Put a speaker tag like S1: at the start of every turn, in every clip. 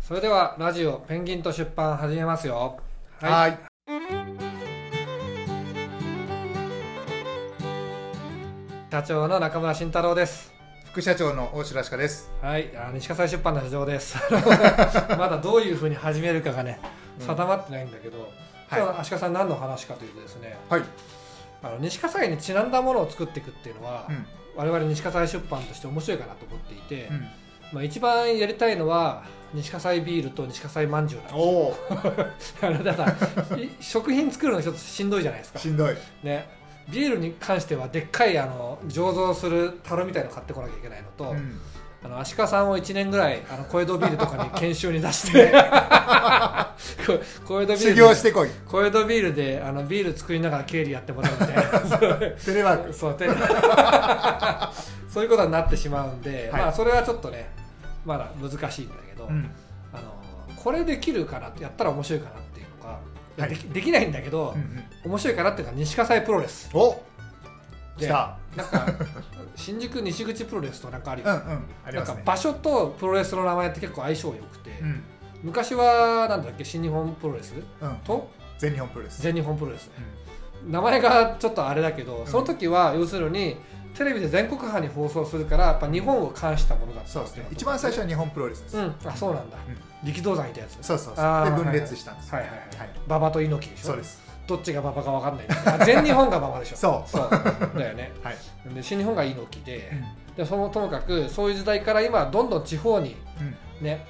S1: それではラジオペンギンと出版始めますよ
S2: はいい
S1: 社長の中村慎太郎です
S2: 副社長の大城明です
S1: はいあ西葛西出版の社長です まだどういうふうに始めるかがね
S2: うん
S1: 定まってないんだけど、今日は足利さん何の話かというとですね
S2: はい、
S1: あの西葛西にちなんだものを作っていくっていうのは、
S2: うん
S1: 我々西葛西出版として面白いかなと思っていて、
S2: うん、
S1: まあ、一番やりたいのは西葛西ビールと西葛西まんじゅうなんですよ
S2: おお
S1: あれだ からい食品作るの一つしんどいじゃないですか
S2: し、んどい
S1: ね、ビールに関してはでっかいあの醸造する樽みたいの買ってこなきゃいけないのと、
S2: うん
S1: あの足利さんを1年ぐらいあの小江戸ビールとかに研修に出して こ小江戸ビール
S2: 修行してこい
S1: 小江戸ビールであのビール作りながら経理やってもらうみたい なそう
S2: テレワーク
S1: そうて そういうことになってしまうんで、
S2: はい
S1: まあそれはちょっとねまだ難しいんだけど、
S2: うん
S1: あのこれできるかなやったら面白いかなっていうのが、いや
S2: はい
S1: できできないんだけど、
S2: うんうん
S1: 面白いかなっていうのが西葛西プロレス
S2: お
S1: で
S2: 来た
S1: なんか新宿西口プロレスとかなんかあるよ、
S2: うんうんあり
S1: な
S2: ま
S1: ん
S2: す
S1: か
S2: ね
S1: 場所とプロレスの名前って結構相性良くて、
S2: うん
S1: 昔はなんだっけ新日本プロレス
S2: うん
S1: と
S2: 全日本プロレス
S1: 全日本プロレスね
S2: うん
S1: 名前がちょっとあれだけど、
S2: ん
S1: その時は要するにテレビで全国派に放送するからやっぱ日本を冠したものだった
S2: そうですね一番最初は日本プロレスです
S1: うんあそうなんだ、力道山いたやつ
S2: そうそう
S1: あ
S2: そ
S1: ー
S2: うで分裂したんです
S1: はいはいは
S2: はいい
S1: 馬場と猪木でしょ
S2: そうです
S1: どっちが馬場か分かんないあ全日本が馬場でしょ
S2: そう
S1: そうだよね
S2: はい
S1: で新日本が猪木で,、でそのともかくそういう時代から今はどんどん地方に
S2: うん
S1: ね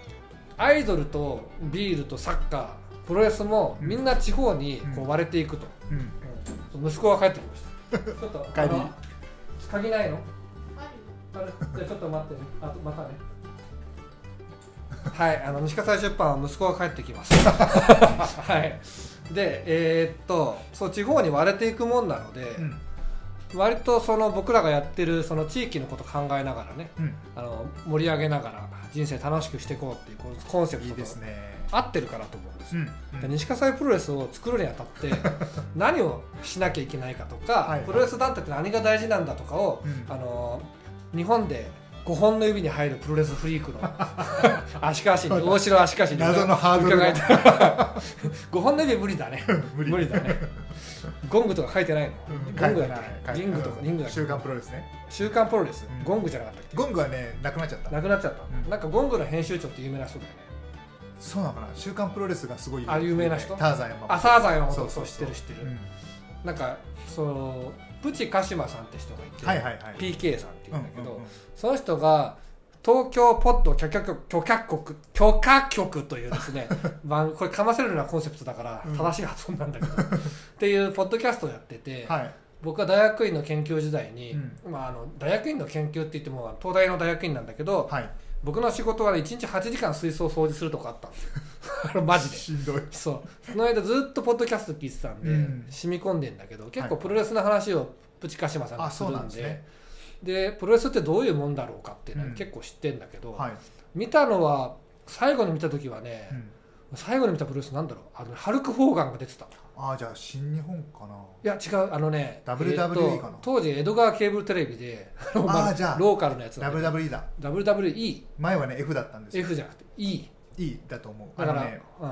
S1: アイドルとビールとサッカープロレスも
S2: うん
S1: みんな地方にこ
S2: う
S1: うん割れていくと、
S2: うん
S1: うん息子が帰ってきまし たちょっと
S2: おかえり
S1: あの鍵ないのあれじゃあちょっと待ってねあとまたねはいあの西葛西出版は息子が帰ってきます はいでえーっとそう地方に割れていくもんなので、
S2: うん
S1: 割とその僕らがやってるその地域のこと考えながらね
S2: うん
S1: あの盛り上げながら人生楽しくしていこうっていうこのコンセプ
S2: いい
S1: トと
S2: ですね
S1: 合ってるかなと思うんです
S2: う
S1: よ、
S2: ん
S1: で西葛西プロレスを作るにあたって 何をしなきゃいけないかとか、
S2: はいはい
S1: プロレス団体って何が大事なんだとかを、
S2: うん
S1: あの日本で5本の指に入るプロレスフリーク の足利氏に大城足利氏に
S2: 謎のハードル
S1: 伺え
S2: が
S1: た5本の指無理だね
S2: 無理
S1: だねゴングとか書いてないの、
S2: うん
S1: ゴングだっ
S2: 書いて
S1: け
S2: ない
S1: リングとか
S2: うん
S1: リングだっけ
S2: 週刊プロレスね
S1: 週刊プロレス、
S2: うん
S1: ゴングじゃなかったっけ
S2: ゴングはねなくなっちゃった
S1: なくなっちゃった、
S2: うん
S1: なんかゴングの編集長って有名な人だよね
S2: そうなのかな週刊プロレスがすごい
S1: あ有名な人
S2: ターザン山本
S1: 朝朝山
S2: そ
S1: 本
S2: うそ
S1: そうう知ってる知って
S2: う
S1: る、
S2: ん
S1: なんかそのプチ鹿島さんって人がいて、
S2: はいはいはい
S1: PK さんっていううんんだけど、
S2: うんうん
S1: その人が東京ポッド許可局許可局許可局というですね 番これかませるようなコンセプトだから
S2: うん
S1: 正しい発音なんだ けど、っていうポッドキャストをやってて、
S2: はい
S1: 僕は大学院の研究時代に、
S2: うん
S1: まあ、あの大学院の研究って言っても東大の大学院なんだけど、
S2: はい
S1: 僕の仕事は1日8時間水槽掃除するとかあったんですよ あのマジで
S2: しんどい
S1: そうその間ずっとポッドキャスト聞いてたんで、
S2: うん
S1: 染み込んでんだけど結構
S2: はい
S1: プロレスの話をプチカシマさんが
S2: あ
S1: す
S2: そ
S1: る
S2: うなん
S1: ん
S2: です
S1: で,、
S2: ね
S1: でプロレスってどういうもんだろうかっていうのは
S2: うん
S1: 結構知ってんだけど、
S2: はい
S1: 見たのは最後に見た時はね、
S2: うん
S1: 最後に見たプロレスなんだろうあのハルク・ホーガンが出てたい
S2: ああじゃあ新日本かな
S1: や違うあのね
S2: WWE
S1: えーと
S2: かな
S1: 当時江戸川ケーブルテレビであのまあ
S2: じゃあ
S1: ローカルのやつなんで
S2: WWE だ
S1: WWEF
S2: 前はね F だったんですよ
S1: じゃなくて E
S2: E だと思う
S1: だ
S2: あ
S1: か
S2: の
S1: ら、
S2: ね
S1: うん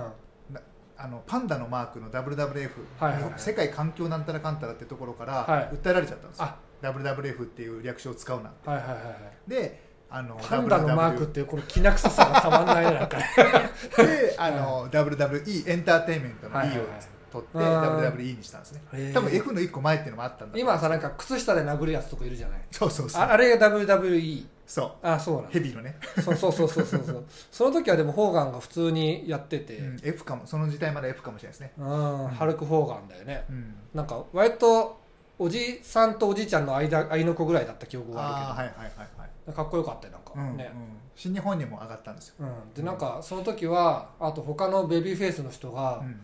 S2: なあのパンダのマークの WWF
S1: はいはいはい
S2: 世界環境なんたらかんたらってところか
S1: はい
S2: ら訴えられちゃったんですよ
S1: あ
S2: WWF っていう略称を使うな
S1: はいはいはいはい
S2: であの
S1: パンダのマークっ
S2: WW
S1: てこのきな臭さがたまんないねなんかね
S2: であの WWE エンターテインメントの
S1: はい
S2: E
S1: はいはい
S2: を取って
S1: うん
S2: WWE にしたんですね
S1: へー
S2: 多分 F の1個前っていうのもあったんだと思う
S1: 今さなんか靴下で殴るやつとかいるじゃない
S2: そうそうそう
S1: ああれが WWE
S2: そう
S1: あそうなん
S2: ヘビーのね、
S1: そうそうそうそうそう そうその時はでもホーガンが普通にやってて
S2: うん F かもその時代まだ F かもしれないですね、
S1: うん、ハルク・ホーガンだよね
S2: うん、
S1: なんか割とおじさんとおじいちゃんの間合いの子ぐらいだった記憶が
S2: あ
S1: あ
S2: あ
S1: る
S2: はいはいはいはい、
S1: けどかっこよかったよなんか、
S2: うん
S1: ね
S2: うん新日本にも上がったんですよ、
S1: うん、でなんかその時はあと他のベビーフェイスの人が
S2: うん、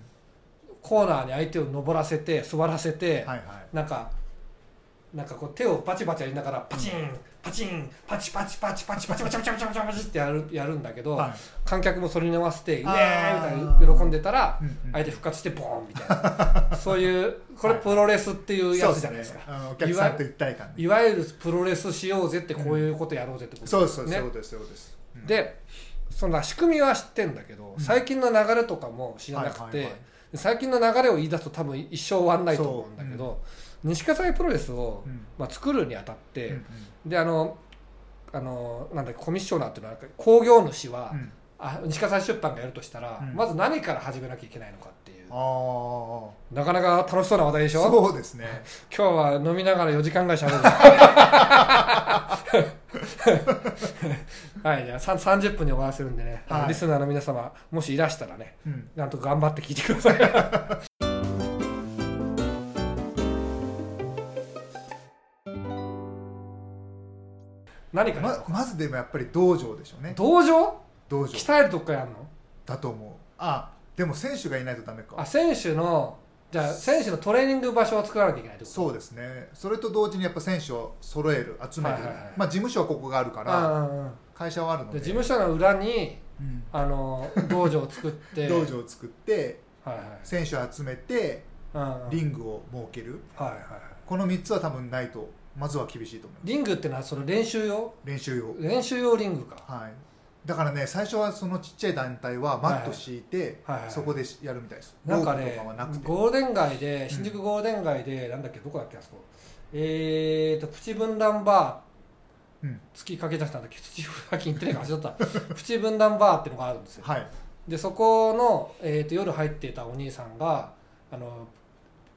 S1: コーナーに相手を登らせて座らせて、
S2: はいはい
S1: なんかなんかこう手をバチバチやりながらパチンパチンパチパチパチパチパチパチパチパチパチパチってやるやるんだけど、
S2: はい
S1: 観客もそれに合わせて「イエーイ!」み
S2: あー
S1: たいな喜んでたら、
S2: うんうん
S1: 相手復活してボーンみたいなそういうこれ
S2: はい
S1: プロレスっていうやつじゃないですか、
S2: そうねあのお客さんと一体感で
S1: いわゆるプロレスしようぜってこういうことやろうぜってこと
S2: そうそうそう
S1: ね
S2: そうですそうです、うん
S1: でそんな仕組みは知ってんだけど、
S2: うん
S1: 最近の流れとかも知らなくて、
S2: はいはいはい
S1: 最近の流れを言い出すと多分一生終わんないと思うんだけど、西葛西プロレスを、
S2: うん
S1: まあ、作るにあたって、
S2: うん
S1: であのあのなんだっけコミッショナーっていうのは興行主は、
S2: うん
S1: あ西葛西出版がやるとしたら、
S2: うん
S1: まず何から始めなきゃいけないのかっていう
S2: ああ
S1: なかなか楽しそうな話題でしょ
S2: そうで すね
S1: 今日は飲みながら4時間ぐらいしゃべるはいじゃあさん30分に終わらせるんでね、あの
S2: はい
S1: リスナーの皆様もしいらしたらね
S2: うん
S1: なんとか頑張って聞いてください 何かね、
S2: ままずでもやっぱり道場でしょうね
S1: 道場
S2: 道場
S1: 鍛えるとこやんの
S2: だと思うあでも選手がいないとダメ
S1: あ
S2: か
S1: 選手のじゃあ選手のトレーニング場所を作らなきゃいけないってこと
S2: そうですねそれと同時にやっぱ選手を揃える集める、
S1: はいはいはい
S2: まあ事務所はここがあるから
S1: ああ
S2: 会社はあるの
S1: で
S2: で
S1: 事務所の裏に
S2: うん
S1: あの道場を作って
S2: 道場を作って
S1: はいはい
S2: 選手を集めて
S1: うんうん
S2: リングを設ける
S1: はいはいはい
S2: この3つは多分ないとまずは厳しいと思います
S1: リングってのはその練習用
S2: 練習用
S1: 練習用リングか
S2: はいだからね最初はそのちっちゃい団体はマット敷いて、
S1: はいはい
S2: そこでやるみたいです
S1: なんか
S2: ロープ
S1: ね
S2: とかはなくて
S1: ゴールデン街で新宿ゴールデン街で、なんだっけどこだっけあそこえーとプチ分断バ
S2: うん
S1: ー月かけ出したんだっけ土浦金ってね走っとった プチ分断バーってのがあるんですよ
S2: はい
S1: でそこの、えー、と夜入ってたお兄さんがあの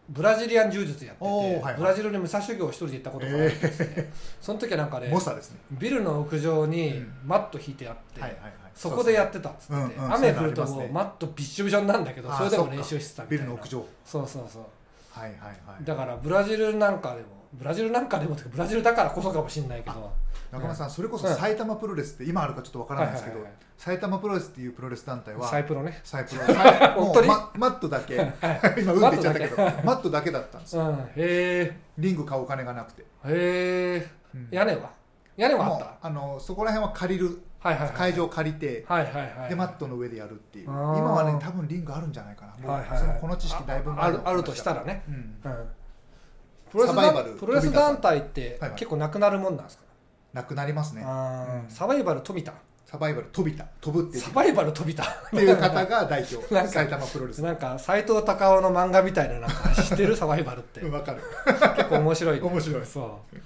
S1: ブラジリアン柔術やってて、
S2: おーはいはい
S1: ブラジルに武者修行を一人で行ったことがあるんですね、その時はなんかね
S2: 猛者ですね
S1: ビルの屋上に
S2: うん
S1: マット引いてあって、
S2: はいはいはい
S1: そこでやってたっつって、
S2: うんうん
S1: 雨降ると
S2: そういうのあります
S1: もう
S2: ね
S1: マットびっしょびしょになるんだけど
S2: あー
S1: それで
S2: そ
S1: も
S2: っか
S1: 練習してたみた
S2: ビ
S1: いな
S2: ルの屋上
S1: そうそうそう
S2: はいはいはい
S1: だからブラジルなんかでもブラジルなんかでもっていうかブラジルだからこそかもしれないけど
S2: 中村さん、それこそ
S1: うん
S2: 埼玉プロレスって今あるかちょっとわからないですけど、
S1: はいはいはい
S2: 埼玉プロレスっていうプロレス団体は
S1: サイプロね
S2: サイプロサイも
S1: 本
S2: う
S1: 当に
S2: ママットだ け 今うんって言っちゃったけど
S1: マ
S2: マットだけだったんです
S1: う
S2: よ
S1: んへえ
S2: リング買うお金がなくて、
S1: へえ
S2: うん
S1: 屋根は屋根はあ
S2: も
S1: っ
S2: うあのそこら辺は借りる
S1: たはいはいはい
S2: 会場を借りて、
S1: はいはいはい
S2: でマットの上でやるっていう
S1: あ
S2: 今
S1: ー
S2: はね多分リングあるんじゃないかなもう、
S1: はいはいはい
S2: そのこの知識だいぶ
S1: あ
S2: 前
S1: あ
S2: の
S1: る
S2: 話
S1: あるとしたらね
S2: うん
S1: うんプロレス
S2: サバイバル
S1: 団プロレス団体って
S2: はいはい
S1: 結構なくなるもんなんですか
S2: なくなりますね
S1: あー
S2: うん
S1: サバイバル飛びた
S2: サバイバル飛びた飛ぶっていう
S1: サバイバル飛びた
S2: っていう方が代
S1: なん
S2: 表
S1: か
S2: 埼玉プロレス
S1: なんか斎藤隆夫の漫画みたいななんか知ってる サバイバルって
S2: うん
S1: 結
S2: わかる
S1: 構面白い、
S2: 面白い
S1: そう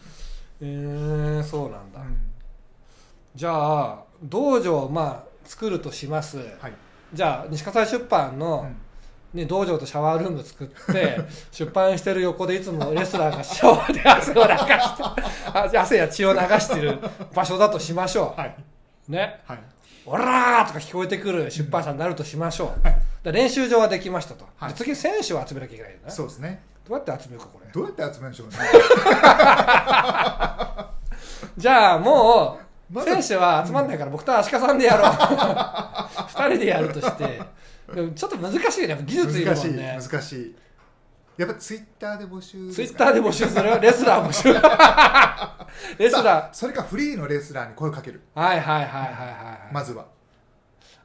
S1: えー、そうなんだ、
S2: うん
S1: じゃあ道場をまあ作るとします、
S2: はい
S1: じゃあ西葛西出版
S2: う
S1: の、
S2: ん
S1: ね、道場とシャワールーム作って 出版してる横でいつもレスラーがシャワーで汗を流 してあじゃあ汗や血を流してる場所だとしましょ
S2: はい、
S1: うね
S2: はい、
S1: オラーとか聞こえてくる出版社になるとしましょう、だから練習場はできましたと、
S2: はい
S1: で次選手を集めなきゃいけないよね
S2: そうですね
S1: どうやって集めるかこれ
S2: どうやって集めるんでしょうね
S1: じゃあもう
S2: まだ
S1: 選手は集まんないから僕と足利さんでやろう 二人でやるとしてでもちょっと難しいね技術いる
S2: 難
S1: も
S2: しい
S1: んね
S2: 難しいやっぱツイッターで募集
S1: ツイッ
S2: ー
S1: ターで募集するレスラー募 集レスラ
S2: それかフリーのレスラーに声をかける
S1: ーはいはいはいはいはい、
S2: まずは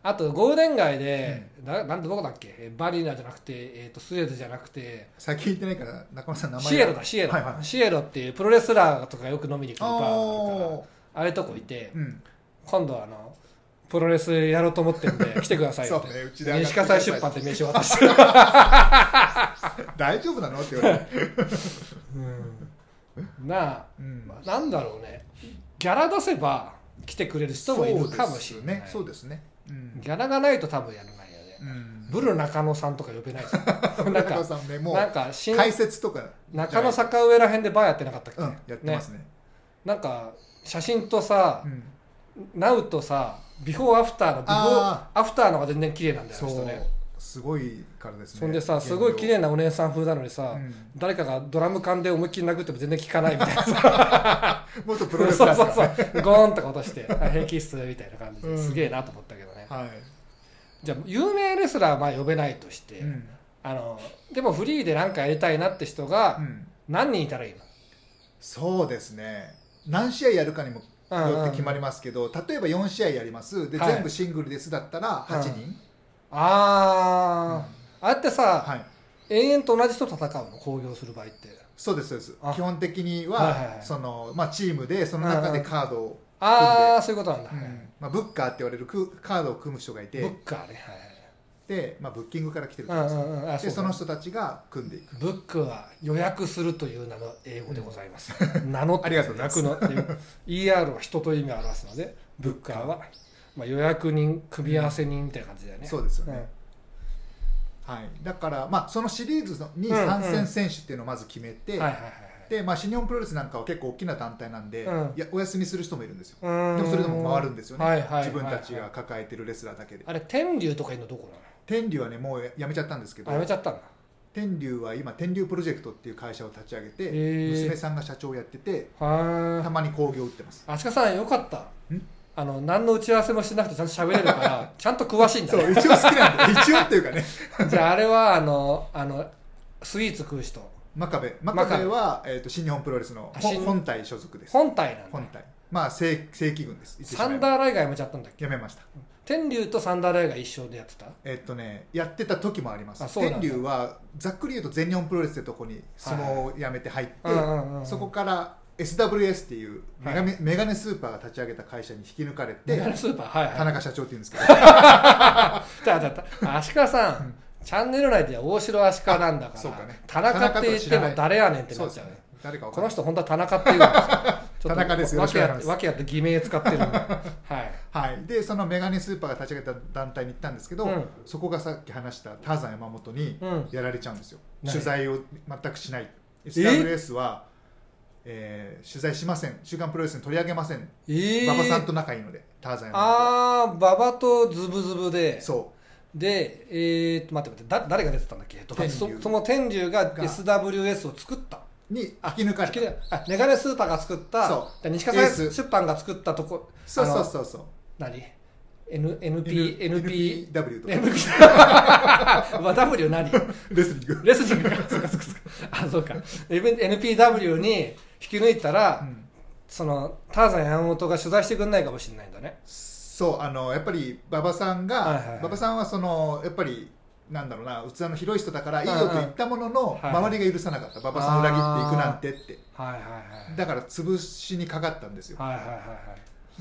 S1: あとゴールデン街で、ななんてどこだっけえバリーナじゃなくて、えー、とスエズじゃなくて
S2: 最近言ってないから中村さん名前が
S1: シエロだシエロ、
S2: はいはい
S1: シエロっていうプロレスラーとかよく飲みに来るバーがある
S2: お
S1: か
S2: ー
S1: らああいうとこいて、
S2: うん
S1: 今度あのプロレスやろうと思ってるん で来てくださいって
S2: そうねうちで上がって
S1: 西
S2: くだ
S1: 葛
S2: さい
S1: 西出版って名刺渡 してる、
S2: 大丈夫なのって言われて、
S1: うん、なあ、
S2: うん
S1: なんだろうねギャラ出せば来てくれる人もいるかもしれない、
S2: そうですねそうですねうん、
S1: ギャラがないと多分やらないよね、
S2: うん、
S1: ブル中野さんとか呼べないですよなん
S2: 中野
S1: か
S2: さんねも
S1: なん
S2: う
S1: か新
S2: 解説とか
S1: 中野坂上ら辺でバーやってなかったっけ、
S2: うんやってますね
S1: なんか写真とさ、
S2: うん、
S1: ナウとさビフォーアフターのビフォー
S2: あ
S1: アフターのが全然綺麗なんだよ
S2: そ
S1: ね
S2: う
S1: あの人ね
S2: すごいからですね
S1: そんでさすごい綺麗なお姉さん風なのにさ、
S2: うん
S1: 誰かがドラム缶で思いっきり殴っても全然効かないみたい なさ
S2: 元プ
S1: そ
S2: ロ
S1: う
S2: レス
S1: そ
S2: ラ
S1: う
S2: ーで
S1: そ
S2: す
S1: う
S2: からね
S1: ゴーンとか落としてあ平気っすみたいな感じで、
S2: うん
S1: すげえなと思ったけどね
S2: はい
S1: じゃあ有名レスラーはまあ呼べないとして、
S2: うん
S1: あのでもフリーで何かやりたいなって人が
S2: うん
S1: 何人いたらいいの、
S2: そうですね何試合やるかにも
S1: うんうん
S2: よって決まりますけど例えば4試合やりますで
S1: はい
S2: 全部シングルですだったら8人
S1: ああ、あれってさ、
S2: はい
S1: 永遠と同じ人と戦うの興行する場合って
S2: そうですそうです
S1: あ
S2: 基本的に
S1: はいはいは
S2: はいそのまあチームでその中でカードを
S1: ああそういうことなんだ、
S2: う
S1: はいはい
S2: んまあ、ブッカーって言われるクカードを組む人がい
S1: ブ
S2: て
S1: ッカーねはい
S2: で、まあ、ブッキングから来てるじゃ
S1: は
S2: ない
S1: い
S2: です
S1: う
S2: か
S1: んうんうんあ
S2: で
S1: う
S2: その人たちが組んでいく
S1: ブックは予約するという名の英語でござい ます。名の
S2: ありがとうございます
S1: の ER は人という意味を表すので、ブッカーは、まあ、予約人、組み合わせ人みたいな感じだよね。
S2: そうですよね、
S1: ん
S2: はい、だから、まあ、そのシリーズのに
S1: うんうん
S2: 参戦選手っていうのをまず決めて、
S1: はいはいはい
S2: でまあ、新日本プロレスなんかは結構大きな団体なんで、
S1: うん
S2: いやお休みする人もいるんですよ、
S1: はい。
S2: でもそれでも回るんですよね、
S1: はいはいはいはい
S2: 自分たちが抱えてるレスラーだけで、
S1: あれ、天竜とかいうのどこなの
S2: 天竜はねもうやめちゃったんですけど
S1: あ、やめちゃったんだ。
S2: 天竜は今天竜プロジェクトっていう会社を立ち上げて、
S1: へー
S2: 娘さんが社長をやっててた
S1: は
S2: まに興行打ってます
S1: あ。あちかさん、よかった
S2: ん。
S1: あの、何の打ち合わせもしなくてちゃんと喋れる から、ちゃんと詳しいんだ
S2: そう
S1: ね。
S2: 一応好きな んで一応っていうかね
S1: じゃあ、あれは、あの、あの、スイーツ食う人、
S2: 真壁真
S1: 壁
S2: 壁は、えー、と新日本プロレスの
S1: あ
S2: ほ
S1: 新
S2: 本体所属です
S1: 本体なんだ
S2: 本。体まあ正正規軍です
S1: サンダーライがやめちゃったんだっけ
S2: やめました
S1: 天竜とサンダーライが一緒でやってた
S2: えっとねやってた時もあります
S1: あそうなん
S2: 天
S1: だ
S2: 竜はざっくり言うと全日本プロレスってとこに相撲をやめて入って、
S1: うんうんうん
S2: そこから SWS っていうメガネ,、メガネスーパーが立ち上げた会社に引き抜かれ
S1: メガネ
S2: て
S1: スーパーはい
S2: 田
S1: はい
S2: 中社長っていうんですけど
S1: だだだ足利さんチャンネル内では大城足利なんだ
S2: あ
S1: か
S2: そう
S1: ら
S2: かね
S1: 田中って言っても誰やねんって
S2: そ
S1: な
S2: う
S1: っ
S2: で
S1: ちゃ
S2: す
S1: う
S2: ね
S1: ね
S2: 誰かわ
S1: こ
S2: かんな
S1: の
S2: い
S1: 人本当は田中って言うんですよちょっと
S2: 田中ですよ
S1: わけ
S2: よ
S1: や
S2: ろしくお願いします
S1: わけやって偽名使ってるん ではい
S2: はい、でそのメガネスーパーが立ち上げた団体に行ったんですけど、
S1: うん
S2: そこがさっき話したターザン山本に
S1: うん
S2: やられちゃうんですよ、
S1: 何
S2: 取材を全くしない SWS は、えー取材しません「週刊プロレス」に取り上げません
S1: え
S2: 馬場、さんと
S1: ー
S2: 仲いいのでターザン山本は
S1: ああ馬場とズブズブで
S2: そ
S1: でえーと待って待ってだ誰が出てたんだっけえっと
S2: 天竜
S1: そその天竜が
S2: が
S1: SWS を作った
S2: うに引き抜かれ
S1: き
S2: た
S1: れあメガネスーパーが作った
S2: そ
S1: で西川
S2: エース
S1: 出版が作ったとこ
S2: そう
S1: あの
S2: そうそうそう
S1: 何 N- NP
S2: N-
S1: NP
S2: NPW とか
S1: NP まあ W 何
S2: レスリング
S1: レスリング かそうかそうかそうかあそうか NPW に引き抜いたら、
S2: うん
S1: そのターザン山本が取材してくれないかもしれないんだね
S2: そうあのやっぱり馬場さんが、
S1: はいはいはい
S2: 馬場さんはそのやっぱりなんだろうな器の広い人だからいいよ
S1: うんうん
S2: と言ったもの
S1: は
S2: の、
S1: いはい
S2: 周りが許さなかった馬場さんを裏切っていくなんてって
S1: はいはいはい
S2: だから潰しにかかったんですよ
S1: はいはいはい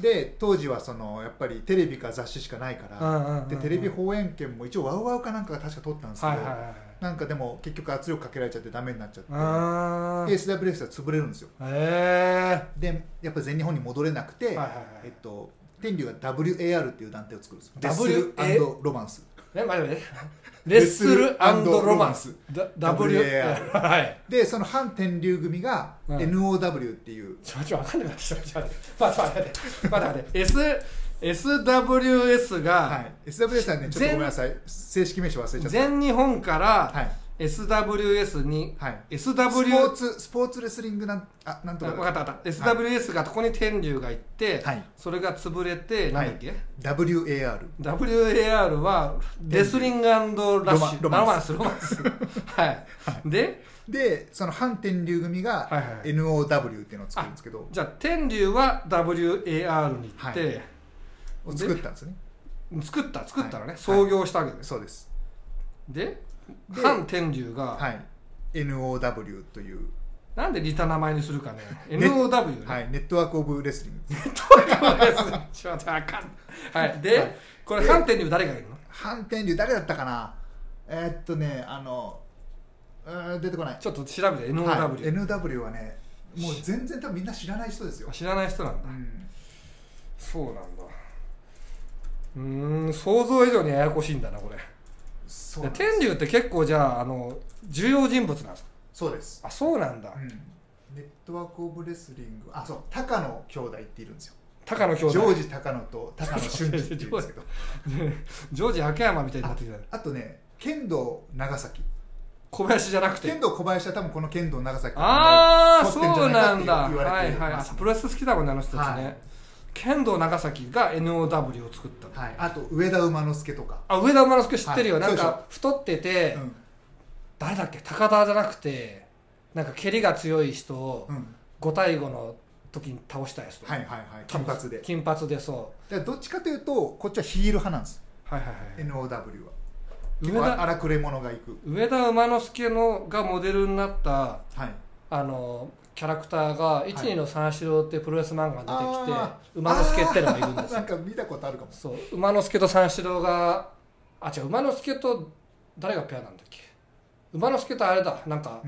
S2: で当時はそのやっぱりテレビか雑誌しかないか
S1: う
S2: ら、
S1: んうんうんうん
S2: でテレビ放映権も一応ワウワウかなんかが確か取ったんですけど、
S1: はいはいはい
S2: なんかでも結局圧力かけられちゃってダメになっちゃって
S1: あー
S2: SWS は潰れるんですよ
S1: へ
S2: でやっぱ全日本に戻れなくて、
S1: いはいはい
S2: えっと天竜が WAR っていう団体を作るんですよデ
S1: W
S2: ッスルロマンス
S1: え、ね、待って待ってレッスルロマンスだ W
S2: WAR
S1: はい
S2: でその反天竜組が
S1: うん
S2: NOW っていう、
S1: ちょ、ちょ、わかんなくなってきた。ちょ、待って、待って、待って、待って、待って、S、SWS
S2: は
S1: が、
S2: い、SWS はねちょっと
S1: 全
S2: ごめんなさい正式名称忘れちゃった
S1: 全日本から
S2: はい
S1: SWS に、
S2: はい
S1: SW、
S2: スポーツスポーツレスリングなんあなんと
S1: あ
S2: か
S1: わかったわかった。
S2: はい
S1: SWS がここに天竜が行って
S2: はい、
S1: それが潰れて、なんだっけ
S2: WAR
S1: WAR はレスリングラッシュロ
S2: ロマン
S1: マンスロマンスはいで
S2: でその反天竜組が
S1: はいはい
S2: NOW っていうのを作るんですけど、
S1: じゃあ天竜は WAR に行って
S2: を作ったんですね
S1: 作った作ったの
S2: は
S1: ね
S2: い
S1: 創業したわけです
S2: そうです
S1: で
S2: で
S1: 反天竜が
S2: はい NOW という、
S1: なんで似た名前にするかね。
S2: ね
S1: NOW ね。
S2: はい、ネットワーク・オブ・レスリング
S1: ちょっと待ってわかんない。はい。で、
S2: はい
S1: これ、反転に誰がいるの
S2: 反天竜誰だったかなえーっとねあのうーん出てこない
S1: ちょっと調べて、NOW。
S2: はい NW はねもう全然多分みんな知らない人ですよ
S1: あ、知らない人なん
S2: う
S1: だ。
S2: ん
S1: そうなんだ。うーん、想像以上にややこしいんだな、これ。
S2: そう
S1: で
S2: なんです
S1: 天竜って結構じゃあ、あの、重要人物なんですか
S2: そうです、
S1: あ、そうなんだ
S2: う。ん、ネットワーク・オブ・レスリングあそう高野兄弟っているんですよ
S1: 高野兄弟。
S2: ジョージ高野と高野俊二っていうんですけど
S1: ジョージ秋山みたいになってきた。
S2: あとね剣道長崎
S1: 小林じゃなくて。
S2: 剣道小林は多分この剣道長崎
S1: ああ
S2: 取ってんじ
S1: そ
S2: ゃ
S1: う
S2: ないか
S1: な
S2: って
S1: んだ
S2: 言わ
S1: は
S2: れ
S1: い
S2: て
S1: はい
S2: ま
S1: あ
S2: す
S1: プロレス好きだもんねあの人たちね、
S2: はい
S1: 剣道長崎が NOW を作ったの、
S2: はい、あと上田馬之助とか、
S1: あ上田馬之助知ってるよ、
S2: はい
S1: なん
S2: そうでし
S1: か太ってて、
S2: うん
S1: 誰だっけ高田じゃなくてなんか蹴りが強い人を
S2: うん
S1: 5対5の時に倒したやつと、
S2: はいはいはい金髪でだか
S1: 金髪でそ
S2: らどっちかというとこっちはヒール派なんです
S1: うはいはいはい
S2: NOW は
S1: 上
S2: 結構
S1: 田
S2: 荒くれ者がいく
S1: 上田馬之助のがモデルになった
S2: はい
S1: あのキャラクターが一二の三四郎ってプロレス漫画に出てきて
S2: あー
S1: 馬之助ってのがいるんです
S2: な
S1: よ
S2: んか見たことあるかも
S1: そう馬之助と三四郎があ違う馬之助と誰がペアなんだっけ馬之助とあれだなんか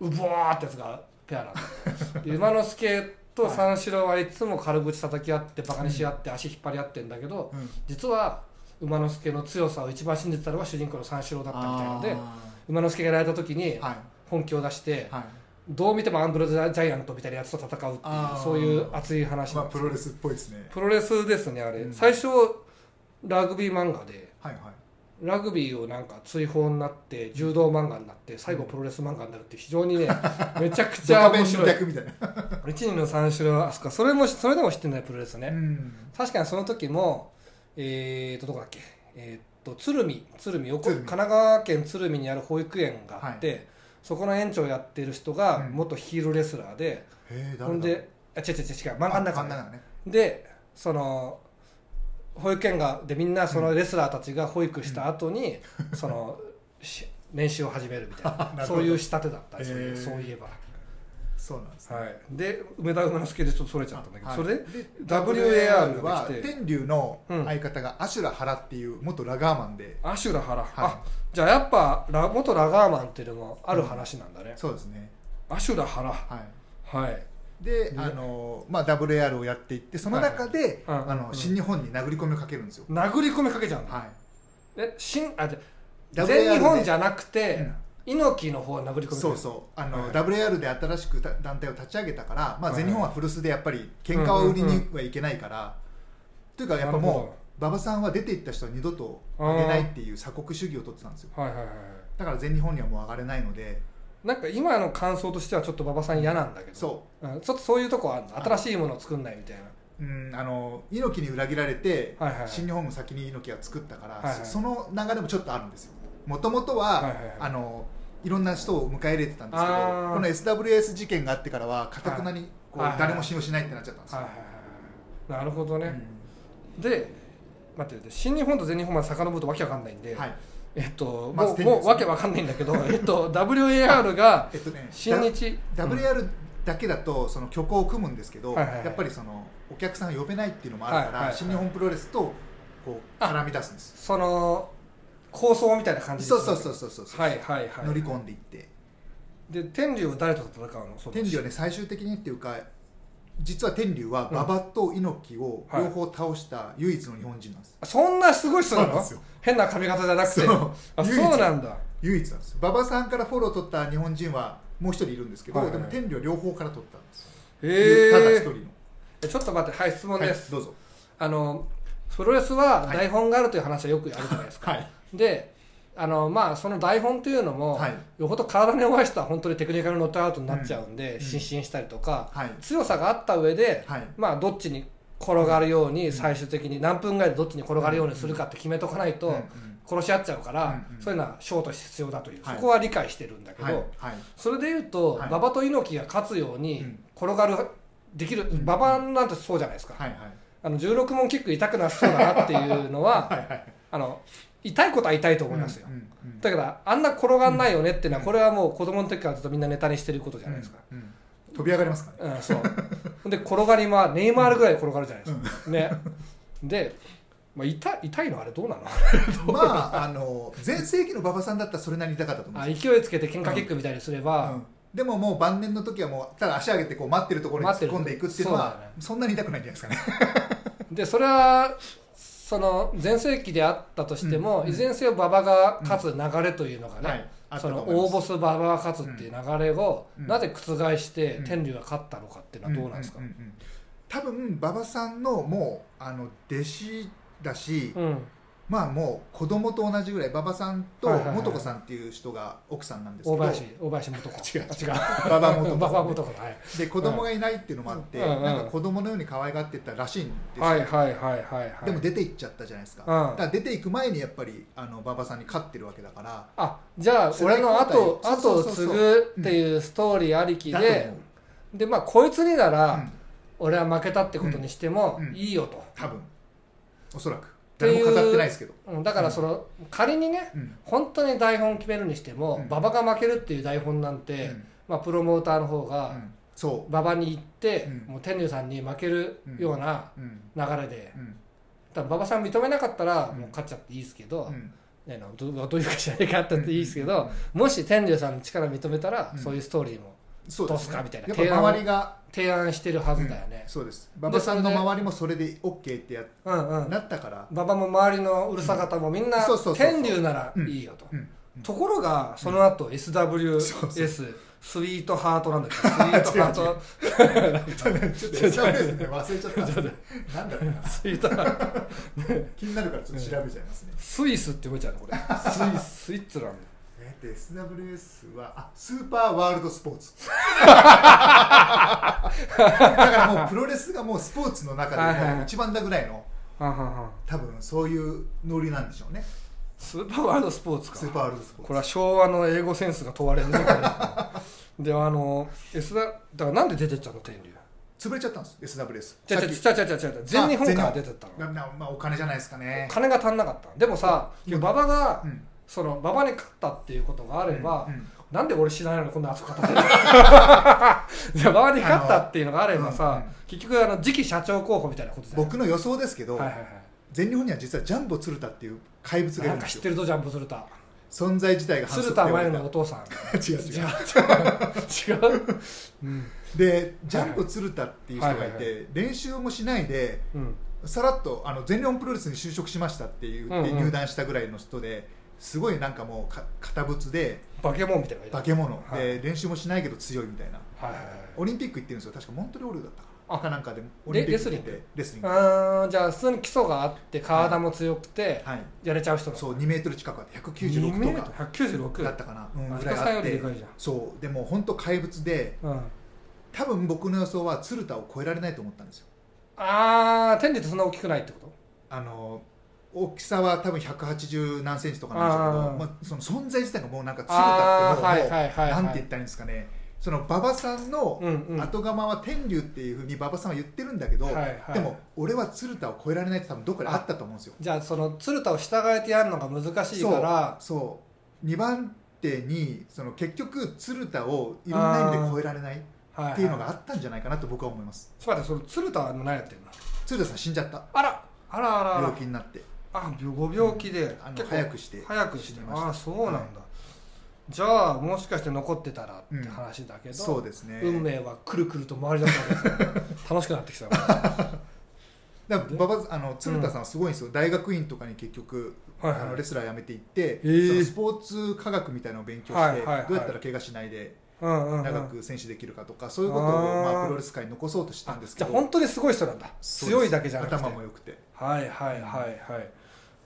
S2: うん
S1: うぼーってやつがペアなんだ馬之助と三四郎はいつも軽口叩き合ってバカにし合って足引っ張り合ってんだけど
S2: うん
S1: 実は馬之助の強さを一番信じてたのが主人公の三四郎だったみたいなので
S2: あ
S1: 馬之助がやられた時に
S2: ーはい
S1: 本気を出して
S2: はい
S1: どう見てもアンブロジャジャイアントみたいなやつと戦うってい
S2: あ
S1: う
S2: ー
S1: そういう熱い話
S2: ま
S1: な
S2: あ
S1: んです
S2: プロレスっぽいですね
S1: プロレスですねあれ、
S2: うん
S1: 最初ラグビー漫画で
S2: はいはい
S1: ラグビーをなんか追放になって柔道漫画になって最後プロレス漫画になるって非常に ねめちゃくち
S2: ド
S1: ゃ
S2: カ
S1: 面
S2: ベンの
S1: 白い
S2: 逆みたいな
S1: 一二の三種類あそこそれもそれでも知ってないプロレスね、
S2: うん
S1: 確かにその時もえー、とどこだっけえー、と鶴見鶴見横
S2: 鶴見
S1: 神奈川県鶴見にある保育園があって、そこの園長やってる人が
S2: うん
S1: 元ヒールレスラーで、
S2: へえ
S1: ほんであ違う違う違う違う漫画の中で
S2: ね
S1: でその保育園がでみんなそのレスラーたちが保育した後に、そのし練習を始めるみたい
S2: な
S1: な
S2: るほ
S1: そ
S2: ど
S1: ういう仕立てだったりす
S2: へ
S1: る
S2: ー
S1: そういえば、
S2: そうなんですね
S1: はい、で梅田馬之助でちょっとそれちゃったんだけど、
S2: はい
S1: それで
S2: で
S1: WAR が
S2: は
S1: できて
S2: 天竜の相方がアシュラハラっていう元ラガーマンで
S1: アシュラハラ、あ
S2: は
S1: じゃあやっぱラ元ラガーマンっていうのもある話なんだね、
S2: そうですね
S1: アシュラハラ
S2: はい
S1: はい
S2: で、
S1: ね
S2: あのまあ、WAR をやっていってその中で、
S1: はいはい
S2: あ
S1: う
S2: の
S1: ん
S2: 新日本に殴り込みをかけるんですよ、
S1: 殴り込みかけちゃうんだ、
S2: は
S1: え新あじゃ
S2: い、
S1: あ全日本じ
S2: ゃ
S1: ゃなくて、猪木の方に殴り込みかける
S2: そうそうあの、
S1: はい
S2: WAR で新しくた団体を立ち上げたから、ま
S1: は
S2: あ、
S1: い
S2: 全日本は古巣でやっぱり喧嘩は売りにはいけないから、というかやっぱ
S1: なるほ
S2: もう馬場さんは出ていった人は二度と上げないっていう鎖国主義を取ってたんですよ
S1: はいはいはい
S2: だから全日本にはもう上がれないので
S1: なんか今の感想としてはちょっと馬場さん嫌なんだけど
S2: そ
S1: うん、ちょっとそういうとこあるの新しいものを作んないみたいな
S2: う、うん、あの猪木に裏切られて、
S1: はいはいはい
S2: 新日本も先に猪木が作ったから、
S1: はいはい
S2: そその流れもちょっとあるんですよもともと
S1: は
S2: は、
S1: いはいはい
S2: あのいろんな人を迎え入れてたんですけど
S1: あー
S2: この SWS 事件があってからはかたくなにこう、
S1: はいはい
S2: 誰も信用しないってなっちゃったんですよ、
S1: はいはいはいなるほどね、
S2: う
S1: で待って待って新日本と全日本まで遡るとわけわかんないんで、
S2: んはい
S1: えっと、
S2: まず
S1: もう
S2: 天
S1: も
S2: です
S1: う
S2: ね
S1: わけわかんないんだけど えっと WAR が
S2: えっとね
S1: 新日
S2: だ
S1: うん
S2: WR だけだとその虚構を組むんですけど、
S1: はいはいはい
S2: やっぱりそのお客さんを呼べないっていうのもあるから、
S1: はいはいはい
S2: 新日本プロレスとこう絡み出すんです
S1: その構想みたいな感じ
S2: そうそうそううそうそうそう、
S1: はいはいはい
S2: 乗り込んでいって
S1: で天竜は誰と戦うのその
S2: 天竜はね最終的にっていうか実は天竜は馬場と猪木を両方倒した唯一の日本人なんです、
S1: そんなすごい人な
S2: そう
S1: の
S2: なんですよ
S1: 変な髪型じゃなくて
S2: そう
S1: あそ
S2: 唯
S1: う
S2: 一
S1: なんだ
S2: 唯一なんです馬場さんからフォロー取った日本人はもう一人いるんですけど、
S1: はいはい
S2: でも天竜は両方から取ったんですよ、
S1: へえ
S2: ただ一人の、
S1: ちょっと待ってはい質問
S2: はい
S1: です、
S2: どうぞ
S1: あのプロレスは
S2: はい
S1: 台本があるという話はよくあるじゃないですか、
S2: はい
S1: であのまあその台本というのも、
S2: はい
S1: よほど体に弱い人は本当にテクニカルノットアウトになっちゃうんで、
S2: うん
S1: 失神したりとか、
S2: はい
S1: 強さがあった上で、
S2: はい
S1: まあどっちに転がるように最終的に何分ぐらいでどっちに転がるようにするかって決めとかない
S2: うん
S1: と
S2: うん
S1: 殺し合っちゃうから、
S2: うんうん
S1: そういうのはショートして必要だという、
S2: はい
S1: そこは理解してるんだけど、
S2: はいはい
S1: それでいうと、
S2: はい
S1: 馬場と猪木が勝つよう
S2: う
S1: に
S2: ん
S1: 転がるできる、
S2: ん
S1: 馬場なんてそうじゃないですか、
S2: はいはい
S1: あの16問キック痛くなさそうだなっていうのは
S2: はいはい
S1: あの痛いことは痛いと思いますよ、
S2: うんうんうん
S1: だからあんな転がんないよねっていうのは、これはもう子供の時からずっとみんなネタにしてることじゃないですか、
S2: うんうん飛び上がりますかね
S1: うんそうで転がりはネイマールぐらい転がるじゃないですか、ねで、まあ、痛い痛いのあ れどうなの
S2: まああの全盛期の馬場さんだったらそれなりに痛かったと思う
S1: あ
S2: んですよ
S1: 勢いつけて喧嘩キックみたいにすれば、
S2: うんでももう晩年の時はもうただ足上げてこう待ってるところに
S1: 待って
S2: 突っ
S1: る
S2: 込んでいくっていうの
S1: そうだ
S2: は
S1: よね
S2: そんなに痛くないんじゃないです かね
S1: でそれはその前世紀であったとしても、
S2: うん
S1: いずれにせよ馬場が勝つ流れというのがね、
S2: はい あった
S1: そ
S2: と
S1: の
S2: 思いま
S1: 大
S2: す
S1: ボス馬場が勝つっていう流れを、
S2: うん
S1: なぜ覆して
S2: うん
S1: 天竜が勝ったのかっていうのはどうなんですか、
S2: うううん多分馬場さんのもうあの弟子だし、
S1: うん
S2: まあもう子供と同じぐらい馬場さんと
S1: はいはいはい
S2: 元子さんっていう人が奥さんなんですけ
S1: 大
S2: ど、
S1: 林大林元子
S2: 違う違う
S1: 違う
S2: 馬場元子
S1: 馬場元子だはい
S2: で子供がいないっていうのもあって、
S1: うんうん
S2: なんか子供のように可愛がってたらしいんですよ、
S1: はいはいはいはいはい
S2: でも出て行っちゃったじゃないですか、
S1: うん
S2: だから出て行く前にやっぱりあの馬場さんに勝ってるわけだから
S1: あじゃあ
S2: 世
S1: 俺
S2: 代
S1: の
S2: 交
S1: 後
S2: 代
S1: 後を継
S2: そうそうそうそう
S1: ぐっていうストーリーありき
S2: だと
S1: で
S2: 思う、
S1: でまあこいつにな
S2: う
S1: ら
S2: ん
S1: 俺は負けたってことにしても
S2: うんうん
S1: いいよと、
S2: 多分おそらく
S1: てい
S2: 誰
S1: う
S2: も語ってないですけど、
S1: うんだからその、仮にね
S2: うん
S1: 本当に台本決めるにしても、
S2: うん
S1: 馬場が負けるっていう台本なんて、
S2: うん
S1: まあ、プロモーターの方が
S2: うんそ
S1: 馬場に行って、
S2: うん
S1: もう天竜さんに負けるような
S2: ううん
S1: 流れで、
S2: うん
S1: 多分馬場さん認めなかったら
S2: うん
S1: もう勝っちゃっていいですけど、
S2: うん
S1: ねなどどういう試合があったっていいですけど、もし天竜さんの力認めたら、
S2: うん
S1: そういうストーリーも
S2: そう
S1: ど
S2: です
S1: うすかみたいな
S2: やっぱ周りが
S1: 提案してるはずだよね
S2: うん、そうです馬場さんの周りもそれで OK ってやっ
S1: うんうん
S2: なったから
S1: 馬場も周りのうるさ方もみんな
S2: そうそうそうそう
S1: 天竜ならいいよと、
S2: うん
S1: ところがその後 SWS、
S2: そうそう
S1: スイートハートなんだけどスイートハー
S2: 違う
S1: ト
S2: ちょっと SRS で忘れちゃったなんだろうな
S1: スイートハート
S2: 気になるからちょっと調べちゃいますね
S1: スイスって覚えちゃうのこれスイススイッツランド
S2: えっと SWS はあスーパーワールドスポーツ だからもうプロレスがもうスポーツの中
S1: はいは
S2: で
S1: い
S2: もう一番だぐらいの
S1: はんはんはん
S2: 多分そういうノリなんでしょうね
S1: スーパーワールドスポーツか
S2: スーパーワールドスポー
S1: これは昭和の英語センスが問われるねこれであの S だだからなんで出てっちゃうの天竜
S2: ツ潰れちゃったんです SWS
S1: じゃ
S2: さ
S1: じ
S2: っ
S1: ゃ
S2: き
S1: じゃじゃじゃじゃ全日本から
S2: あ
S1: 出てったの
S2: ななまあ、お金じゃないですかね
S1: 金が足んなかったでもさ
S2: いや
S1: 馬場が、
S2: ん
S1: その馬場に勝ったっていうことがあれば、
S2: うんうん
S1: なんで俺知らないのにこんな熱く語って るじゃあ馬場に勝ったっていうのがあればさ、
S2: あのうんうん
S1: 結局あの次期社長候補みたいなことじゃない
S2: 僕の予想ですけど、
S1: はいはいはい
S2: 全日本には実はジャンボ鶴田っていう怪物がい
S1: なん
S2: るん
S1: か
S2: で
S1: 知っ
S2: す
S1: て
S2: よ
S1: るぞジャンプ鶴田
S2: 存在自体が反則
S1: 鶴
S2: って
S1: 田
S2: 言わ
S1: 前
S2: れ
S1: のお
S2: た
S1: 父さん
S2: 違 う
S1: 違う違
S2: 違う
S1: う違ううん、
S2: でジャンボ鶴田っていう人がいて、
S1: はいはい
S2: 練習もしないで
S1: うん、
S2: さらっとあの全日本プロレスに就職しましたって言って
S1: うんうん
S2: 入団したぐらいの人で、すごいなんかもうか堅物で
S1: バケモンみたいなのが
S2: 化
S1: い
S2: け物で、
S1: はい
S2: 練習もしないけど強いみたいな
S1: たはいはいはい
S2: オリンピック行ってるんですよ確かモントリオールだったかな
S1: あ
S2: かなんかでオリンピック行って
S1: レ
S2: レスリング
S1: あーじゃあ普通に基礎があって体も強くて、
S2: はい
S1: やれちゃう人
S2: そう2メートル近くあって196とか
S1: 96
S2: だったかな、うん
S1: あ
S2: ぐらいあっ
S1: 深
S2: て
S1: いよりでかいじゃん
S2: そうでも本当怪物で
S1: うん、
S2: 多分僕の予想は鶴田を超えられないと思ったんですよ
S1: ああ天理ってそんな大きくないってこと
S2: あの大きさは多分180何センチとかなんですけどまあ、その存在自体がもうなんか鶴田ってもう,、
S1: あーはいはいはいはい
S2: なんて言ったらいいんですかねその馬場さんの
S1: うんうん
S2: 後釜は天竜っていうふうに馬場さんは言ってるんだけど、
S1: はいはい
S2: でも俺は鶴田を超えられないって多分どっかであったと思うんですよ
S1: じゃあその鶴田を従えてやるのが難しいから
S2: そうそう2番手にその結局鶴田をいろんな意味で超えられない
S1: は
S2: っていうのがあったんじゃないかなと僕は思います
S1: ちょっと待ってその鶴田は何やってんの
S2: 鶴田さん死んじゃった
S1: あらあらあらあら
S2: 病気になって
S1: あご病気で
S2: あの
S1: 結構
S2: 早くして
S1: 早くして
S2: 死にました
S1: ああそうなんだ、じゃあもしかして残ってたらって話だけど、
S2: そうですね
S1: 運命はくるくると回りだった んですよ楽しくなってきたわ
S2: だから馬場あの鶴田さんはすごいんですよ、大学院とかに結局、
S1: はいはい
S2: あのレスラー辞めていって、
S1: ー
S2: そのスポーツ科学みたいなのを勉強して、
S1: はいはいはい
S2: どうやったら怪我しないで
S1: うんうんうん、
S2: 長く選手できるかとか、そういうことを
S1: あー
S2: まあ、プロレス界に残そうとしたんですけ
S1: じゃ
S2: ど
S1: あ本当にすごい人なんだ
S2: そうです
S1: 強いだけじゃなくて
S2: 頭も良くて
S1: はいはいはいはい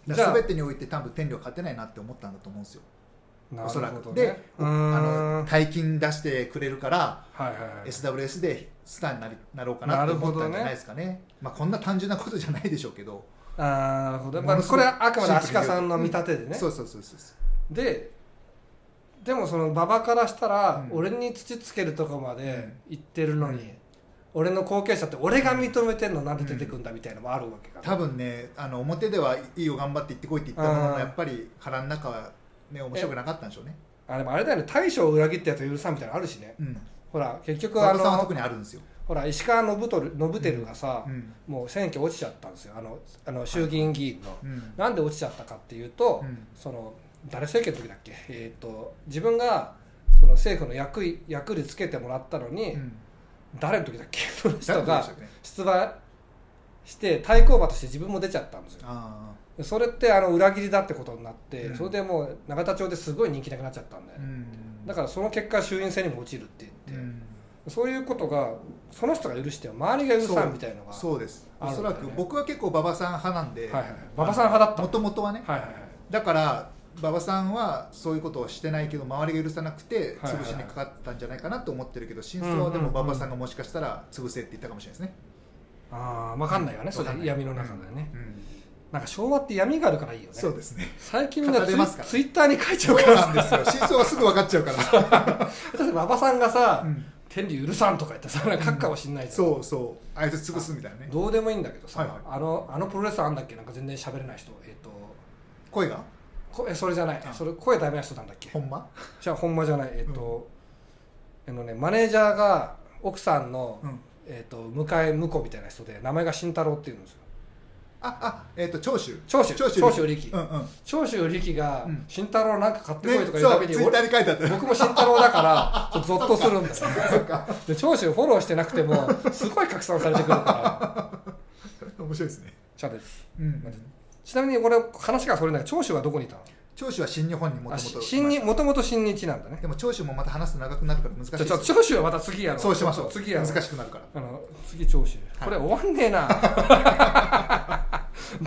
S2: だ
S1: じゃあ
S2: から全てにおいて多分天領勝てないなって思ったんだと思うんですよ
S1: なる
S2: お
S1: ほ
S2: そ
S1: ど
S2: らく、
S1: ね
S2: で
S1: うー
S2: あ
S1: ん
S2: の大金出してくれるから
S1: はいはいはい
S2: SWS でスターになりなろうかなと思ったんじゃないですかねまあ、こんな単純なことじゃないでしょうけど、
S1: あーなるほど、ま
S2: も
S1: あ、
S2: のす
S1: こ
S2: ごい
S1: れはあくまで足利さんの見立てでね、
S2: そうそうそうそうそう
S1: ででもその馬場からしたら、
S2: うん
S1: 俺に土つけるとこまで
S2: ん
S1: 行ってるのに、俺の後継者って俺が認めてんのなんで出てくんだみたいなのもあるわけか
S2: 多分ねあの表ではいいよ頑張って行ってこいって言ったもの
S1: あー
S2: のやっぱり腹の中はね面白くなかったんでしょうね
S1: あでもあれだよね大将を裏切ったやつは許さんみたいなのあるしね
S2: うん
S1: ほら結局あ
S2: 馬場さんは
S1: の
S2: 特にあるんですよ、
S1: ほら石川信とる信輝がさ、
S2: うん
S1: もう選挙落ちちゃったんですよあのあの衆議院議員の、
S2: うん
S1: なんで落ちちゃったかっていうと、
S2: うん
S1: その誰政権の時だっけ、えー、と自分がその政府の役位役につけてもらったのに、
S2: うん
S1: 誰の時だっけその人
S2: 誰の時で
S1: が
S2: したっけね
S1: 出馬して対抗馬として自分も出ちゃったんですよ
S2: あ
S1: でそれってあの裏切りだってことになって、
S2: うん
S1: それでもう永田町ですごい人気なくなっちゃったんだ
S2: あ
S1: よ
S2: う
S1: ね、
S2: ん
S1: だからその結果衆院選にも落ちるって言
S2: う
S1: って、
S2: ん
S1: そういうことがその人が許しても周りが許さんみたいのが
S2: そうです
S1: ある
S2: お
S1: んだ
S2: そ
S1: よね
S2: らく僕は結構馬場さん派なんで、
S1: はいはいはい馬場さん派だった
S2: もともとはね
S1: はいはいはい
S2: だから馬場さんはそういうことをしてないけど周りが許さなくて
S1: はいはい
S2: 潰しにかかったんじゃないかなと思ってるけど真相はで
S1: うんうんう
S2: も
S1: ん
S2: 馬場さんがもしかしたら潰せって言ったかもしれないですね
S1: ああ分かんないよね、それ
S2: わかんない
S1: 闇の中でね、
S2: うん
S1: なんか昭和って闇があるからいいよね
S2: そうですね
S1: 最近みんな
S2: 語
S1: ツイ
S2: れますから
S1: ツイッターに書いちゃうか
S2: そう
S1: ら
S2: なんですよ真相はすぐ分かっちゃうから
S1: 例えば馬場さんがさ
S2: うん
S1: 「天理許さん」とか言ってさなんか書くかもしんないじゃん
S2: そうそうあいつ潰すみたいなね
S1: どうでもいいんだけどさ、
S2: はいはい
S1: あのあのプロレスラーあんだっけなんか全然喋れない人えっ、と
S2: 声が
S1: こえそれじゃない
S2: あ
S1: それ声ダメな人なんだっけ
S2: ほんま
S1: じゃあほんまじゃないえっ、と、あのねマネージャーが奥さんの、
S2: うん
S1: えー、と向井婿みたいな人で名前が慎太郎っていうんですよ
S2: ああえっ、と長州
S1: 長州
S2: 長州
S1: 長州力
S2: うんうん
S1: 長州力が
S2: うん
S1: 慎太郎なんか買ってこい
S2: ね
S1: とか言う
S2: そ
S1: た
S2: う
S1: びに、
S2: ツイッタ
S1: 俺
S2: ーに書いてあったよ
S1: 僕も慎太郎だからちょっとゾッとするんだよ
S2: そうか
S1: で長州フォローしてなくてもすごい拡散されてくる から
S2: 面白いですね、
S1: ちゃんです
S2: うん、
S1: ちなみに俺話がそれなんだけど長州はどこにいたの
S2: 長州は新日本にも
S1: あ
S2: ともと
S1: し新日もともと新日なんだね
S2: でも長州もまた話すと長くなるから難しい
S1: じ
S2: で
S1: ゃあ
S2: す
S1: 長州はまた次やろ
S2: そうしましょう
S1: 次やろ
S2: 難しくなるか
S1: あ
S2: ら
S1: の次長州、これ終わんねえ な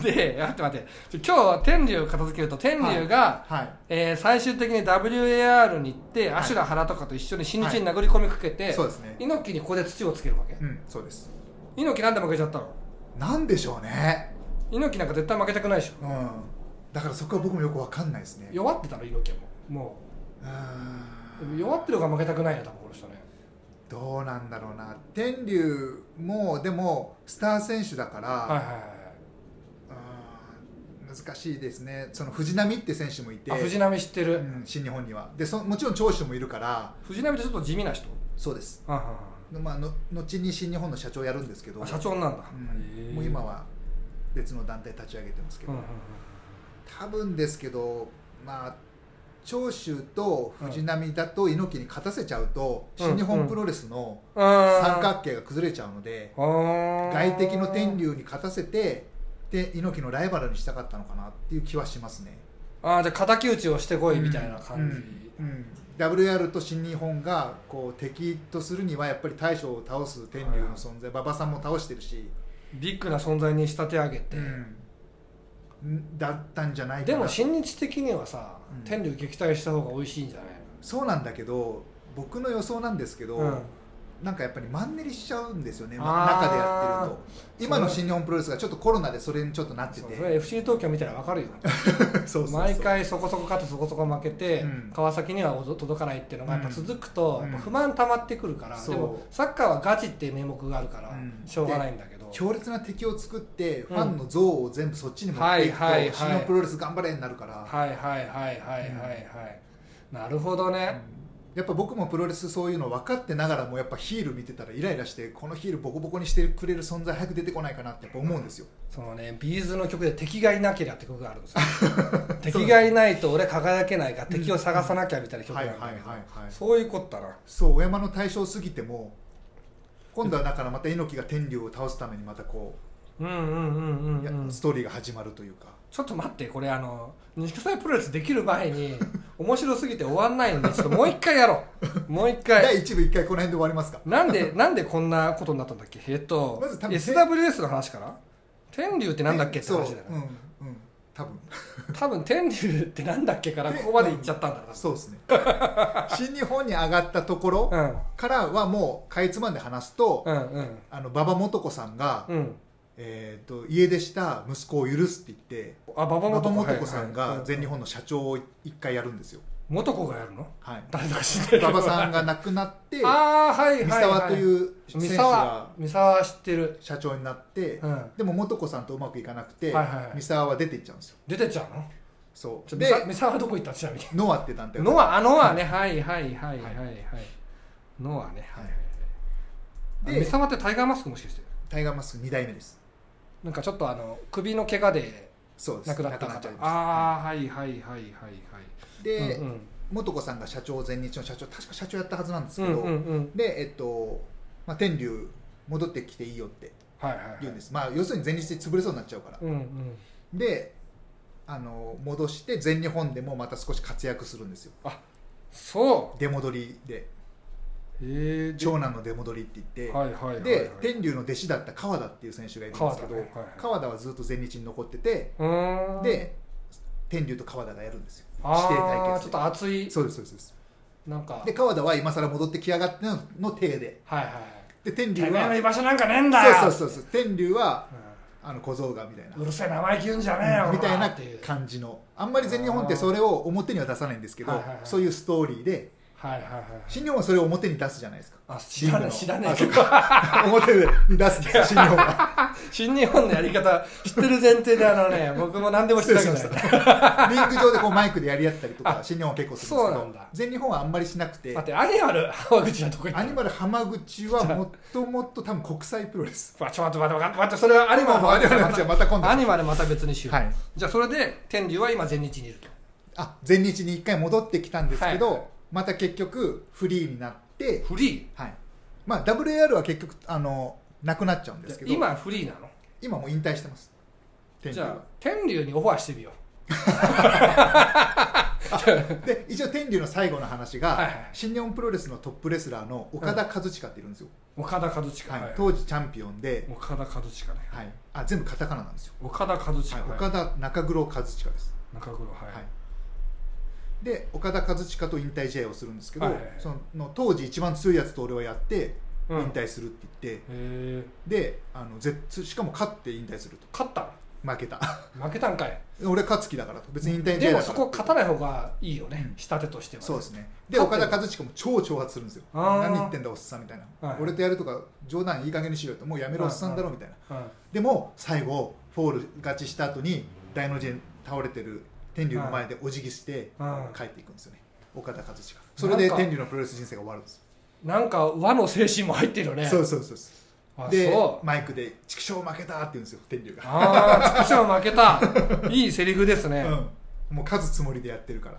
S1: で待って待って今日は天竜片付けると天竜が、
S2: はい
S1: えー最終的に WAR に行って、
S2: はい
S1: アシュラ原とかと一緒に新日に殴り込みかけて、
S2: そうですね
S1: 猪木にここで土をつけるわけ、
S2: うんそうです
S1: 猪木なんで負けちゃったの
S2: なんでしょうね
S1: 猪木なんか絶対負けたくないでしょ
S2: うんだからそこは僕もよくわかんないですね
S1: 弱ってたの猪木はも
S2: うーん
S1: うもう弱ってる方が負けたくないよ多分この人ね
S2: どうなんだろうな天竜もでもスター選手だから、
S1: はいはいはいう
S2: ーん難しいですねその藤波って選手もいて
S1: あ藤波知ってる、
S2: うん新日本にはでそもちろん長州もいるから
S1: 藤波ってちょっと地味な人
S2: そうです、
S1: あ、はいは
S2: まあ、の後に新日本の社長やるんですけ
S1: い
S2: ど
S1: はいあ社長なんだ、
S2: うん
S1: へえ
S2: もう今は別の団体立ち上げてますけ
S1: う
S2: ど、
S1: んうんうん
S2: 多分ですけどまあ長州と藤波だと猪木に勝たせちゃうと、
S1: うん
S2: 新日本プロレスの三角形が崩れちゃうので、外
S1: 外
S2: 敵の天竜に勝たせてで猪木のライバルにしたかったのかなっていう気はしますね
S1: ああじゃあ敵討ちをしてこいみたいな感じ、
S2: うんうん WR と新日本がこう敵とするにはやっぱり大将を倒す天竜の存在馬場さんも倒してるし、
S1: ビッグな存在に仕立て上げて、
S2: うんだったんじゃないか
S1: で
S2: な
S1: も新日的にはさ、
S2: うん
S1: 天竜撃退した方が美味しいんじゃない
S2: そうなんだけど僕の予想なんですけど、
S1: の、うん
S2: なんかやっぱりマンネリしちゃうんですよね、
S1: あー
S2: 中でやってると今の新日本プロレスがちょっとコロナでそれにちょっとなって
S1: そ
S2: て
S1: れは FC 東京見たら分かるよ
S2: そうそうそう
S1: 毎回そこそこ勝ってそこそこ負けて、
S2: うん
S1: 川崎には届かないっていうのがやっぱ続くと、
S2: うん
S1: やっぱ不満溜まってくるから、
S2: そう
S1: でもサッカーはガチっていう名目があるから、
S2: うん
S1: しょうがないんだけど
S2: 強烈な敵を作ってファンの像を全部そっちに持っていくと、
S1: はいはいはい
S2: 新日本プロレス頑張れになるから、
S1: はいはいはいはいはいはい、なるほどね、
S2: やっぱ僕もプロレスそういうの分かってながらもやっぱヒール見てたらイライラしてこのヒールボコボコにしてくれる存在早く出てこないかなってやっぱ思うんですよ、
S1: そのねビーズの曲で「敵がいなけりゃ」って曲があるん ですよ敵がいないと俺輝けないから敵を探さなきゃみたいな曲
S2: は
S1: ないん
S2: は
S1: だけ
S2: いは
S1: ど、
S2: いはい
S1: そういうことだな
S2: そう小山の対象すぎても今度はだからまた猪木が天竜を倒すためにまたこ
S1: うんうんうんう
S2: う、
S1: ん、
S2: や
S1: うん、
S2: ス
S1: ち
S2: トーリーが始まるというか
S1: ょっと待ってこれあの西葛西プロレスできる前 に面白すぎて終わんないんでちょっともう一回やろ うもう一回
S2: 第1部1回この辺で終わりますか
S1: なんでなんでこんなことになったんだっけえっと、
S2: まず多分
S1: SWS の話から天竜ってなんだっけって話だよ
S2: そう、
S1: ね、
S2: うんうん、多分
S1: 多分天竜ってなんだっけからここまで行っちゃったんだな
S2: そうですね新日本に上がったところからはもうかいつまんで話すと、
S1: うんうんうん
S2: あの馬場素子さんが、
S1: うん
S2: えー、と家出した息子を許すって言って
S1: あ馬場
S2: 馬
S1: 元
S2: 場
S1: 子
S2: 素子さん
S1: はい
S2: が
S1: はい
S2: 全日本の社長を一回やるんですよ、
S1: 元子がやるの
S2: はい、
S1: 誰だか知ってる
S2: 馬 場さんが亡くなって
S1: ああはいはい、はい、
S2: 三沢という選
S1: 三
S2: 手
S1: 沢
S2: が
S1: 三沢知ってる
S2: 社長になって、
S1: うん
S2: でも素子さんとうまくいかなくて、
S1: はいはいはい
S2: 三沢は出ていっちゃうんですよ
S1: 出てっちゃうの
S2: そ
S1: ち
S2: う
S1: ょ
S2: で
S1: 三沢三沢どこ行ったちなみに
S2: ノアって団体が
S1: ノアあノアねはいはいはいはいはいノアねはいはい
S2: で
S1: で三沢ってタイガーマスクもしかして
S2: タイガーマスク2代目です
S1: なんかちょっとあの首の怪我で
S2: そうです
S1: 亡くなった
S2: 亡くなっち
S1: 方
S2: ゃいました
S1: ああはいはいはいはい
S2: はい
S1: はい
S2: で、
S1: うんうん
S2: 素子さんが社長前日の社長確か社長やったはずなんです
S1: う
S2: けど、
S1: んうんうん
S2: でえっと、まあ、天竜戻ってきていいよって
S1: はいはいはい
S2: 言うんです、まあ要するに前日で潰れそうになっちゃうから、
S1: うんうん
S2: であの戻して全日本でもまた少し活躍するんですよ
S1: そ
S2: 出戻りで
S1: うえーで
S2: 長男の出戻りって言って、
S1: はいはいはいはい
S2: で天竜の弟子だった川田っていう選手がいるんですけ
S1: 川田
S2: ど川田,、
S1: ねはいはい
S2: はずっと前日に残ってて
S1: うーん
S2: で天竜と川田がやるんですよ
S1: あ
S2: 指定対
S1: ー
S2: 決
S1: ちょ
S2: で
S1: っと熱い
S2: そうですそうですそうです
S1: なんか
S2: で川田は今更戻ってきやがってのの体で
S1: はいはい
S2: で天
S1: て
S2: 竜
S1: めえ
S2: は
S1: の居場所なんかねえんだよ
S2: そうそうそうそう天竜は
S1: う
S2: あの小僧がみたいな、
S1: んうるせえ生意気言うんじゃねえよ
S2: みたい
S1: っ
S2: な
S1: ていう
S2: 感じのあんまり全日本ってそれを表には出さないんですけど、
S1: はいはいはい
S2: そういうストーリーで
S1: はいはいはい
S2: 新日本はそれを表に出すじゃないですか
S1: あ知らない知
S2: 新
S1: ら
S2: 聞
S1: な
S2: の
S1: い
S2: あそうか表で出すんですよ新日本 は
S1: 新日本のやり方知ってる前提であの ね僕も何でも知っ
S2: 失
S1: てる
S2: 礼
S1: わ
S2: し
S1: け
S2: ま
S1: じゃない
S2: したリンク上でこうマイクでやり合ったりとか
S1: あ
S2: 新日本は結構するんです
S1: そう
S2: け
S1: な
S2: ど
S1: んだ
S2: 全日本はあんまりしなくて
S1: 待ってアニマル浜口はどこ行った
S2: アニマル浜口はもっともっと多分国際プロ レス
S1: わちょっと待って待って待ってそれはアニマル
S2: まあまあ まあじゃあまた今度
S1: アニマルまた別にしよう、
S2: はい
S1: じゃあそれで天竜は今全日にいると
S2: あ前日に1回戻ってきたんですけど、
S1: はい
S2: また結局フリーになって、
S1: フリ
S2: はいまあ、WAR は結局あのなくなっちゃう
S1: ー
S2: んで
S1: じ
S2: す
S1: ゃ
S2: け
S1: あ
S2: ど
S1: 今フリーなの
S2: 今もう引退してます天
S1: じ
S2: 竜は
S1: ゃあ天竜にオファーしてみよう
S2: で一応天竜の最後の話が、
S1: はいはい
S2: 新日本プロレスのトップレスラーの岡田和親っているんですよ、
S1: 岡田和親、
S2: はい
S1: はい
S2: 当時チャンピオンで、
S1: 岡田和親ね
S2: はい、あ全部カタカナなんですよ、
S1: 岡田和親、
S2: はい
S1: はい
S2: 岡田中黒和親です、
S1: 中黒はい、
S2: はいで岡田和親と引退試合をするんですけど、
S1: はいはいはい
S2: その当時一番強いやつと俺はやって
S1: う
S2: 引
S1: ん
S2: 退するって言って、
S1: え
S2: であのぜしかも勝って引退すると
S1: ー、勝った
S2: 負けた
S1: の負けたんかい
S2: 俺勝つ気だからと別に引退試
S1: で
S2: 合だから
S1: もそこ勝たない方がいいよね、
S2: うん
S1: 下手としてはね、
S2: そうですねで
S1: 勝
S2: 岡
S1: って
S2: 田
S1: る
S2: 和親も超挑発するんですよ
S1: あー
S2: 何言ってんだおっさんみたいな、
S1: はい
S2: 俺とやるとか冗談いい加減にしろよともうやめろおっさんだろみたいな、
S1: うん
S2: でも最後フォール勝ちした後に大の字に倒れてる天竜の前でお辞儀して
S1: うん
S2: 帰っていくんですよね岡田和親それで天竜のプロレス人生が終わるんですよ
S1: なんか和の精神も入ってるよね
S2: そうそうそうそう
S1: あ
S2: で
S1: そう
S2: マイクで「畜生負けた!」って言うんですよ天竜が、
S1: ああ、ちくしょう負け た。いいセリフですね。
S2: うん、もう勝つつもりでやってるから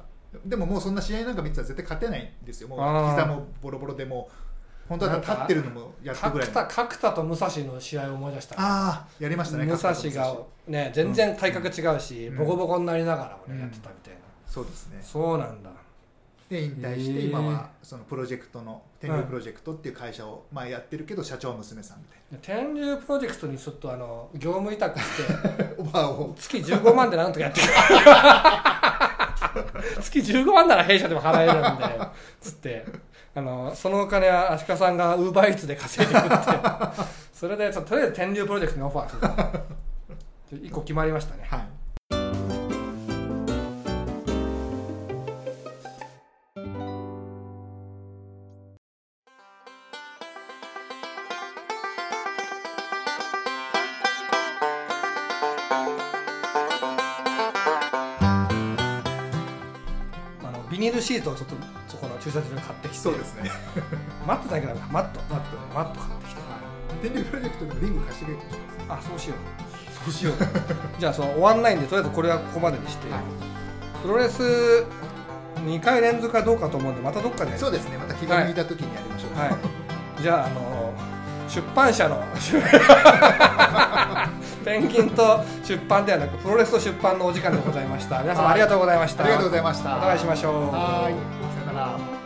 S2: でももうそんな試合なんか見てたら絶対勝てないんですよもう
S1: あー
S2: 膝もボロボロでもう本当は立ってるのもやってぐらいの
S1: 角田角田と武蔵の試合を思い出した
S2: ああやりましたね
S1: 武蔵
S2: 角田と
S1: がね全然体格違うし、
S2: うん
S1: ボコボコになりながらもね、
S2: うん
S1: やってたみたいな
S2: そうですね
S1: そうなんだ
S2: で引退して
S1: へー
S2: 今はそのプロジェクトの天竜プロジェクトっていう会社をまあやってるけど社長は娘さんみたい
S1: 天竜プロジェクトにちょっとあの業務委託して
S2: なおばあを
S1: 月15万でなんとかやってくれ 月15万なら弊社でも払えるんでつってあのそのお金は足利さんがウーバーイーツで稼いでくれてそれでちょっととりあえず天竜プロジェクトにオファーする1個決まりましたね
S2: はい
S1: あのビニールシートをちょっとそこの駐車場に買ってきて
S2: そうですね
S1: マットだけだからマット
S2: マットね
S1: マット買ってきて
S2: 天竜プロジェクトでもリング貸してくれてるんです
S1: あそうしようそうしようじゃあその終わんないんでとりあえずこれはここまでにして、プロレス2回連続かどうかと思うんでまたどっかで
S2: そうですねまた気が向いた時にやりましょう、
S1: はい、じゃあ、あの出版社 のペンギンと出版ではなくプロレスと出版のお時間でございました皆様ありがとうございました
S2: ありがとうございました
S1: お互いしましょう
S2: はーいさよなら